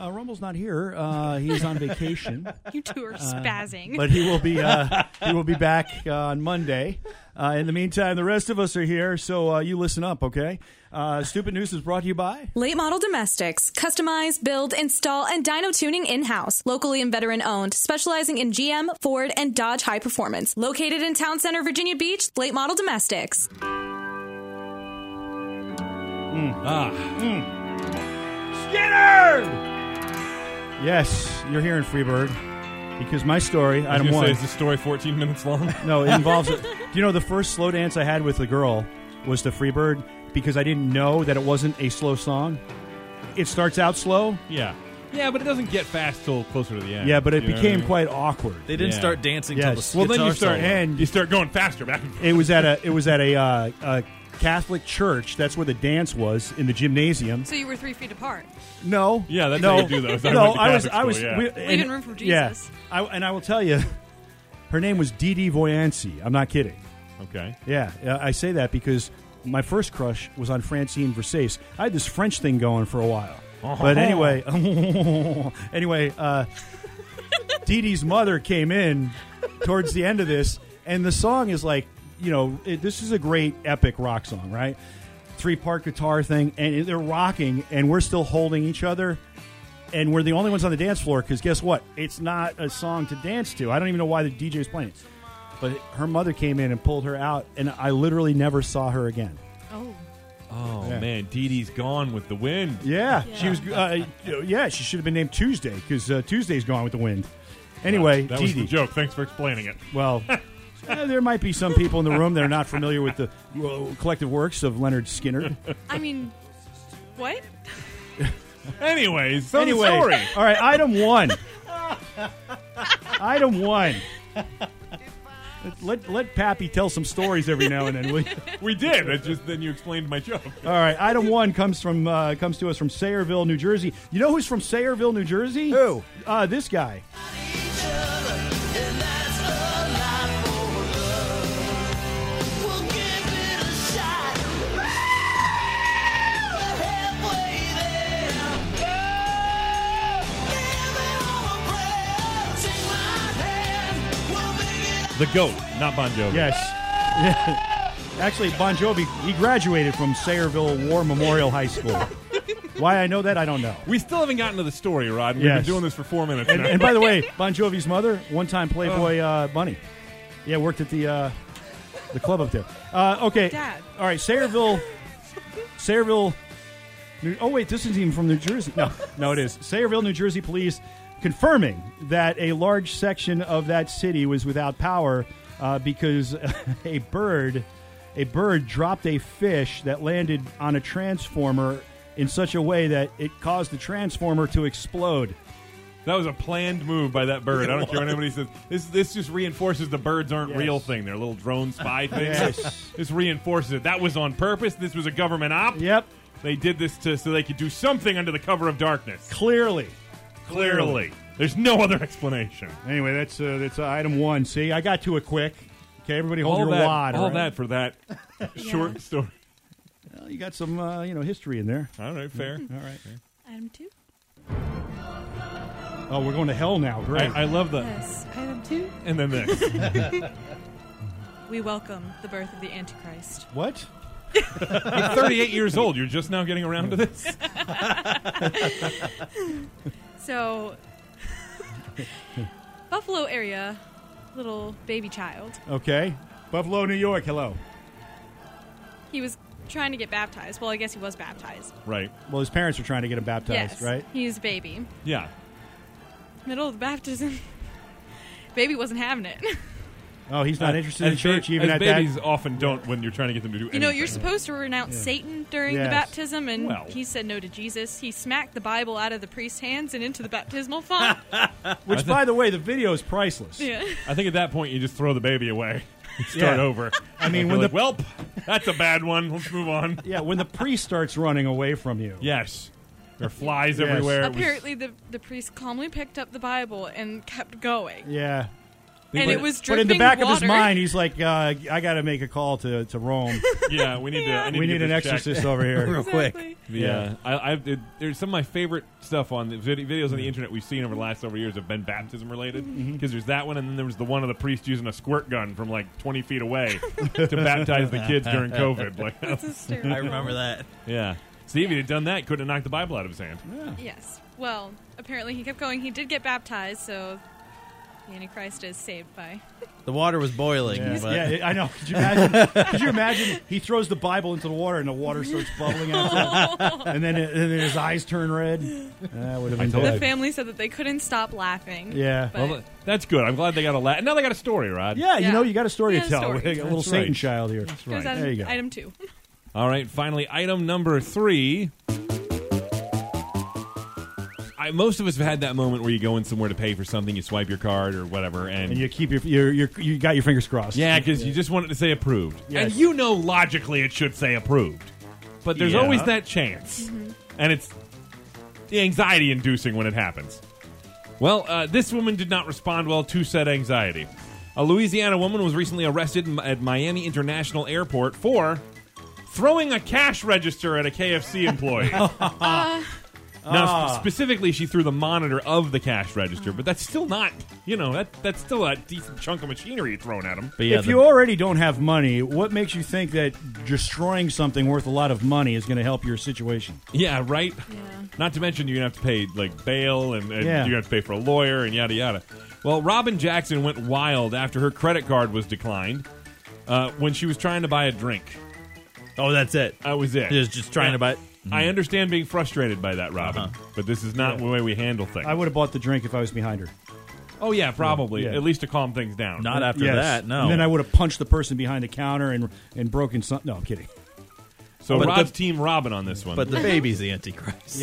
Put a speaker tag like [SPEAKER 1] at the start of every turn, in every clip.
[SPEAKER 1] Uh, Rumble's not here. Uh, he's on vacation, Uh,
[SPEAKER 2] You two are spazzing.
[SPEAKER 1] but he will be. Uh, he will be back uh, on Monday. Uh, in the meantime, the rest of us are here, so uh, you listen up, okay? Uh, Stupid News is brought to you by
[SPEAKER 3] Late model domestics, customize, build, install, and dyno tuning in house. Locally and veteran owned, specializing in GM, Ford, and Dodge high performance. Located in Town Center, Virginia Beach, late model domestics.
[SPEAKER 1] Skinner. Yes, you're here in Freebird because my story,
[SPEAKER 4] I was
[SPEAKER 1] item
[SPEAKER 4] gonna
[SPEAKER 1] one.
[SPEAKER 4] say, is this story 14 minutes long?
[SPEAKER 1] No, it involves. Do you know the first slow dance I had with a girl was to Freebird because I didn't know that it wasn't a slow song. It starts out slow,
[SPEAKER 4] yeah. Yeah, but it doesn't get fast till closer to the end.
[SPEAKER 1] yeah, but it
[SPEAKER 4] You know what I
[SPEAKER 1] became
[SPEAKER 4] mean?
[SPEAKER 1] quite awkward.
[SPEAKER 5] They didn't
[SPEAKER 4] Yeah.
[SPEAKER 5] start dancing till the s-
[SPEAKER 1] Yes.
[SPEAKER 4] Well, then
[SPEAKER 5] guitar
[SPEAKER 4] you start
[SPEAKER 5] solo.
[SPEAKER 1] and-
[SPEAKER 4] and you start going faster back and forth.
[SPEAKER 1] It was at a it was at a, uh, a Catholic church. That's where the dance was in the gymnasium.
[SPEAKER 2] so you were three feet apart.
[SPEAKER 1] No,
[SPEAKER 4] Yeah, that's
[SPEAKER 1] no,
[SPEAKER 4] how you do those. I
[SPEAKER 1] no,
[SPEAKER 4] went to
[SPEAKER 1] I was,
[SPEAKER 4] Catholic
[SPEAKER 1] I was
[SPEAKER 4] school, yeah.
[SPEAKER 1] we-
[SPEAKER 2] Leaving
[SPEAKER 1] and-
[SPEAKER 2] room for
[SPEAKER 1] Yeah,
[SPEAKER 2] Jesus.
[SPEAKER 1] I, and I will tell you, her name was Dee Dee Voyancy. I'm not kidding.
[SPEAKER 4] Okay.
[SPEAKER 1] Yeah, uh, I say that because my first crush was on Francine Versace. I had this French thing going for a while. But anyway, anyway, uh, Dee Dee's mother came in towards the end of this, and the song is like, you know, it, this is a great epic rock song, right? Three part guitar thing, and it- they're rocking, and we're still holding each other, and we're the only ones on the dance floor because guess what? It's not a song to dance to. I don't even know why the DJ's playing it. But her mother came in and pulled her out, and I literally never saw her again.
[SPEAKER 2] Oh.
[SPEAKER 4] Oh
[SPEAKER 1] Yeah.
[SPEAKER 4] man, Dee Dee's gone with the wind.
[SPEAKER 1] Yeah,
[SPEAKER 2] Yeah.
[SPEAKER 1] she was. Uh, yeah, she should have been named Tuesday because uh, Tuesday's gone with the wind. Anyway,
[SPEAKER 4] that
[SPEAKER 1] Dee
[SPEAKER 4] was the
[SPEAKER 1] Dee.
[SPEAKER 4] joke. Thanks for explaining it.
[SPEAKER 1] Well, eh, there might be some people in the room that are not familiar with the well, collective works of Leonard Skinner.
[SPEAKER 2] I mean, what?
[SPEAKER 4] Anyways, so the
[SPEAKER 1] anyway,
[SPEAKER 4] story.
[SPEAKER 1] all right, item one. item one. Let let Pappy tell some stories every now and then. Will you?
[SPEAKER 4] We did. It just then you explained my joke.
[SPEAKER 1] All right, item one comes from uh, comes to us from Sayreville, New Jersey. You know who's from Sayreville, New Jersey?
[SPEAKER 5] Who?
[SPEAKER 1] Uh, this guy.
[SPEAKER 4] The goat, not Bon Jovi.
[SPEAKER 1] Yes. Actually, Bon Jovi he graduated from Sayreville War Memorial High School. Why I know that I don't know.
[SPEAKER 4] We still haven't gotten to the story, Rod. We've
[SPEAKER 1] Yes.
[SPEAKER 4] been doing this for four minutes
[SPEAKER 1] And,
[SPEAKER 4] now.
[SPEAKER 1] and by the way, Bon Jovi's mother, one-time Playboy uh, bunny. Yeah, worked at the uh, the club up there. Uh, okay.
[SPEAKER 2] Dad.
[SPEAKER 1] All right, Sayreville. Sayreville. New, oh wait, this isn't even from New Jersey. No, no, it is. Sayreville, New Jersey police confirming that a large section of that city was without power uh, because a bird, a bird dropped a fish that landed on a transformer in such a way that it caused the transformer to explode.
[SPEAKER 4] that was a planned move by that bird. I don't care what anybody says. This this just reinforces the birds aren't
[SPEAKER 1] Yes.
[SPEAKER 4] real thing. They're little drone spy things.
[SPEAKER 1] Yes.
[SPEAKER 4] This reinforces it. That was on purpose. This was a government op.
[SPEAKER 1] Yep,
[SPEAKER 4] They did this to so they could do something under the cover of darkness.
[SPEAKER 1] clearly.
[SPEAKER 4] Clearly. There's no other explanation.
[SPEAKER 1] Anyway, that's uh, that's uh, item one. See, I got to it quick. Okay, everybody, hold your
[SPEAKER 4] that,
[SPEAKER 1] wad.
[SPEAKER 4] all
[SPEAKER 1] right?
[SPEAKER 4] that for that short story.
[SPEAKER 1] Well, you got some, uh, you know, history in there.
[SPEAKER 4] All right, fair.
[SPEAKER 1] All right.
[SPEAKER 2] Item two.
[SPEAKER 1] Oh, we're going to hell now. Great.
[SPEAKER 4] I, I love the
[SPEAKER 2] Yes. Item two.
[SPEAKER 4] and then this.
[SPEAKER 2] We welcome the birth of the Antichrist.
[SPEAKER 1] what?
[SPEAKER 4] You're 38 years old. You're just now getting around to this.
[SPEAKER 2] So, Buffalo area, little baby child.
[SPEAKER 1] Okay. Buffalo, New York. Hello.
[SPEAKER 2] He was trying to get baptized. Well, I guess he was baptized.
[SPEAKER 4] Right.
[SPEAKER 1] Well, his parents were trying to get him baptized,
[SPEAKER 2] yes.
[SPEAKER 1] right?
[SPEAKER 2] He's a baby.
[SPEAKER 4] Yeah.
[SPEAKER 2] Middle of the baptism. baby wasn't having it.
[SPEAKER 1] Oh, he's not interested in
[SPEAKER 4] As
[SPEAKER 1] church
[SPEAKER 4] ba-
[SPEAKER 1] even
[SPEAKER 4] as
[SPEAKER 1] at
[SPEAKER 4] babies
[SPEAKER 1] that.
[SPEAKER 4] often don't when you're trying to get them to do.
[SPEAKER 2] You know, you're
[SPEAKER 4] anything.
[SPEAKER 2] supposed to renounce Satan during
[SPEAKER 1] Yes.
[SPEAKER 2] the baptism, and
[SPEAKER 4] Well.
[SPEAKER 2] he said no to Jesus. He smacked the Bible out of the priest's hands and into the baptismal font.
[SPEAKER 1] Which, by the way, the video is priceless.
[SPEAKER 2] yeah.
[SPEAKER 4] I think at that point you just throw the baby away. Start
[SPEAKER 1] Yeah.
[SPEAKER 4] over.
[SPEAKER 1] I mean,
[SPEAKER 4] And
[SPEAKER 1] when
[SPEAKER 4] you're
[SPEAKER 1] the-
[SPEAKER 4] like, Welp, that's a bad one. Let's move on.
[SPEAKER 1] Yeah, when the priest starts running away from you.
[SPEAKER 4] Yes. There are flies
[SPEAKER 1] Yes.
[SPEAKER 4] everywhere. It was-
[SPEAKER 2] Apparently, the, the priest calmly picked up the Bible and kept going.
[SPEAKER 1] Yeah.
[SPEAKER 2] And
[SPEAKER 4] but-
[SPEAKER 2] it was
[SPEAKER 1] But in
[SPEAKER 2] dripping
[SPEAKER 1] the back of his
[SPEAKER 2] water.
[SPEAKER 1] mind, he's like, uh, I got to make a call to, to Rome.
[SPEAKER 4] yeah, we need to. I need
[SPEAKER 1] we
[SPEAKER 4] to
[SPEAKER 1] need
[SPEAKER 4] get
[SPEAKER 1] an
[SPEAKER 4] this checked.
[SPEAKER 1] exorcist over here.
[SPEAKER 2] Exactly.
[SPEAKER 4] The, yeah, I, I've, it, there's some of my favorite stuff on the vid- videos on the internet we've seen over the last several years have been baptism related because
[SPEAKER 1] Mm-hmm.
[SPEAKER 4] there's that one and then there was the one of the priest using a squirt gun from like 20 feet away to baptize the kids during COVID. Like,
[SPEAKER 1] Oh.
[SPEAKER 2] That's hysterical.
[SPEAKER 5] I remember that.
[SPEAKER 4] yeah, Steve, if he'd have done that, he couldn't have knocked the Bible out of his hand.
[SPEAKER 2] Yes. Well, apparently he kept going. He did get baptized, so the Antichrist is saved by.
[SPEAKER 5] The water was boiling.
[SPEAKER 1] Yeah,
[SPEAKER 5] But
[SPEAKER 1] yeah, I know. Could you imagine? could you imagine? He throws the Bible into the water, and the water starts bubbling out, and then it, and then his eyes turn red. That would have been
[SPEAKER 4] told
[SPEAKER 2] The
[SPEAKER 4] you.
[SPEAKER 1] dead.
[SPEAKER 2] family said that they couldn't stop laughing.
[SPEAKER 1] Yeah.
[SPEAKER 2] But
[SPEAKER 4] Well, that's good. I'm glad they got a laugh. Now they got a story, Rod.
[SPEAKER 1] yeah, you
[SPEAKER 2] Yeah.
[SPEAKER 1] know, you got a story
[SPEAKER 2] We
[SPEAKER 1] to
[SPEAKER 2] have
[SPEAKER 1] tell.
[SPEAKER 2] stories.
[SPEAKER 1] We got a little
[SPEAKER 4] That's
[SPEAKER 1] Satan
[SPEAKER 4] right.
[SPEAKER 1] child here. That's
[SPEAKER 2] Here's
[SPEAKER 1] There you
[SPEAKER 2] item,
[SPEAKER 1] go.
[SPEAKER 2] item two.
[SPEAKER 4] All right, finally, item number three. I, most of us have had that moment where you go in somewhere to pay for something, you swipe your card or whatever, and,
[SPEAKER 1] And you keep your, your, your you got your fingers crossed.
[SPEAKER 4] yeah, because you just want it to say approved,
[SPEAKER 1] Yes.
[SPEAKER 4] and you know logically it should say approved, but there's
[SPEAKER 1] Yeah. Mm-hmm.
[SPEAKER 4] always that chance, and it's anxiety inducing when it happens. Well, uh, this woman did not respond well to said anxiety. A Louisiana woman was recently arrested m- at Miami International Airport for throwing a cash register at a KFC employee.
[SPEAKER 1] Uh.
[SPEAKER 4] now, sp- specifically, she threw the monitor of the cash register, but that's still not, you know, that that's still a decent chunk of machinery thrown at him.
[SPEAKER 5] but yeah,
[SPEAKER 1] if
[SPEAKER 5] the-
[SPEAKER 1] you already don't have money, what makes you think that destroying something worth a lot of money is going to help your situation?
[SPEAKER 4] Yeah, right.
[SPEAKER 2] Yeah.
[SPEAKER 4] Not to mention you're gonna have to pay like bail and, and
[SPEAKER 1] Yeah.
[SPEAKER 4] you're gonna have to pay for a lawyer and yada yada. Well, Robin Jackson went wild after her credit card was declined uh, when she was trying to buy a drink.
[SPEAKER 5] oh, that's it.
[SPEAKER 4] That was it.
[SPEAKER 5] Just- just trying to buy- Mm-hmm. Uh-huh.
[SPEAKER 4] I understand being frustrated by that, Robin, but this is not the way we handle things.
[SPEAKER 1] I would have bought the drink if I was behind her.
[SPEAKER 4] oh yeah, probably
[SPEAKER 1] Yeah.
[SPEAKER 4] at least to calm things down.
[SPEAKER 5] Not after
[SPEAKER 1] Yes.
[SPEAKER 5] that. No.
[SPEAKER 1] And then I would have punched the person behind the counter and and broken something. No, I'm kidding.
[SPEAKER 4] so
[SPEAKER 5] But
[SPEAKER 4] Rod's
[SPEAKER 5] the-
[SPEAKER 4] team Robin on this one.
[SPEAKER 5] but the baby's the antichrist.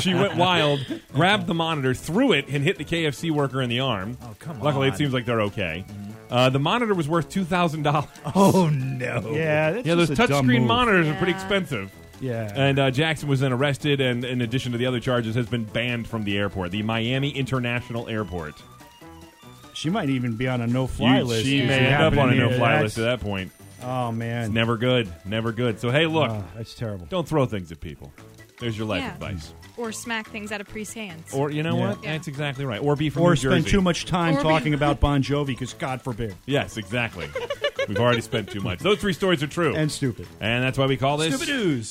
[SPEAKER 4] she went wild, grabbed the monitor, threw it, and hit the KFC worker in the arm. Oh
[SPEAKER 5] come
[SPEAKER 4] Luckily, it
[SPEAKER 5] on. Mm-hmm.
[SPEAKER 4] seems like they're okay. Uh, the monitor was worth two thousand dollars.
[SPEAKER 5] Oh no.
[SPEAKER 1] Yeah, that's
[SPEAKER 4] Yeah, those
[SPEAKER 1] just a dumb
[SPEAKER 4] touchscreen
[SPEAKER 1] move.
[SPEAKER 4] monitors are pretty expensive.
[SPEAKER 1] Yeah.
[SPEAKER 4] And uh, Jackson was then arrested, and in addition to the other charges, has been banned from the airport, the Miami International Airport.
[SPEAKER 1] she might even be on a no-fly
[SPEAKER 4] You-
[SPEAKER 1] list.
[SPEAKER 4] She
[SPEAKER 1] if
[SPEAKER 4] may
[SPEAKER 1] it
[SPEAKER 4] end up
[SPEAKER 1] happened
[SPEAKER 4] on a
[SPEAKER 1] in here.
[SPEAKER 4] no-fly
[SPEAKER 1] That's-
[SPEAKER 4] list at that point.
[SPEAKER 1] Oh man,
[SPEAKER 4] Never good. Never good. So hey, look,
[SPEAKER 1] Oh, that's terrible.
[SPEAKER 4] don't throw things at people. There's your life
[SPEAKER 2] Yeah.
[SPEAKER 4] advice.
[SPEAKER 2] Or smack things out of priest's hands.
[SPEAKER 4] Or you know
[SPEAKER 1] Yeah.
[SPEAKER 4] what?
[SPEAKER 2] Yeah.
[SPEAKER 4] That's exactly right. Or be from
[SPEAKER 1] Or
[SPEAKER 4] New
[SPEAKER 1] spend
[SPEAKER 4] Jersey.
[SPEAKER 1] too much time
[SPEAKER 2] Or be-
[SPEAKER 1] talking about Bon Jovi because God forbid.
[SPEAKER 4] Yes, exactly. We've already spent too much. Those three stories are true,
[SPEAKER 1] And stupid.
[SPEAKER 4] And that's why we call this
[SPEAKER 1] Stupid news.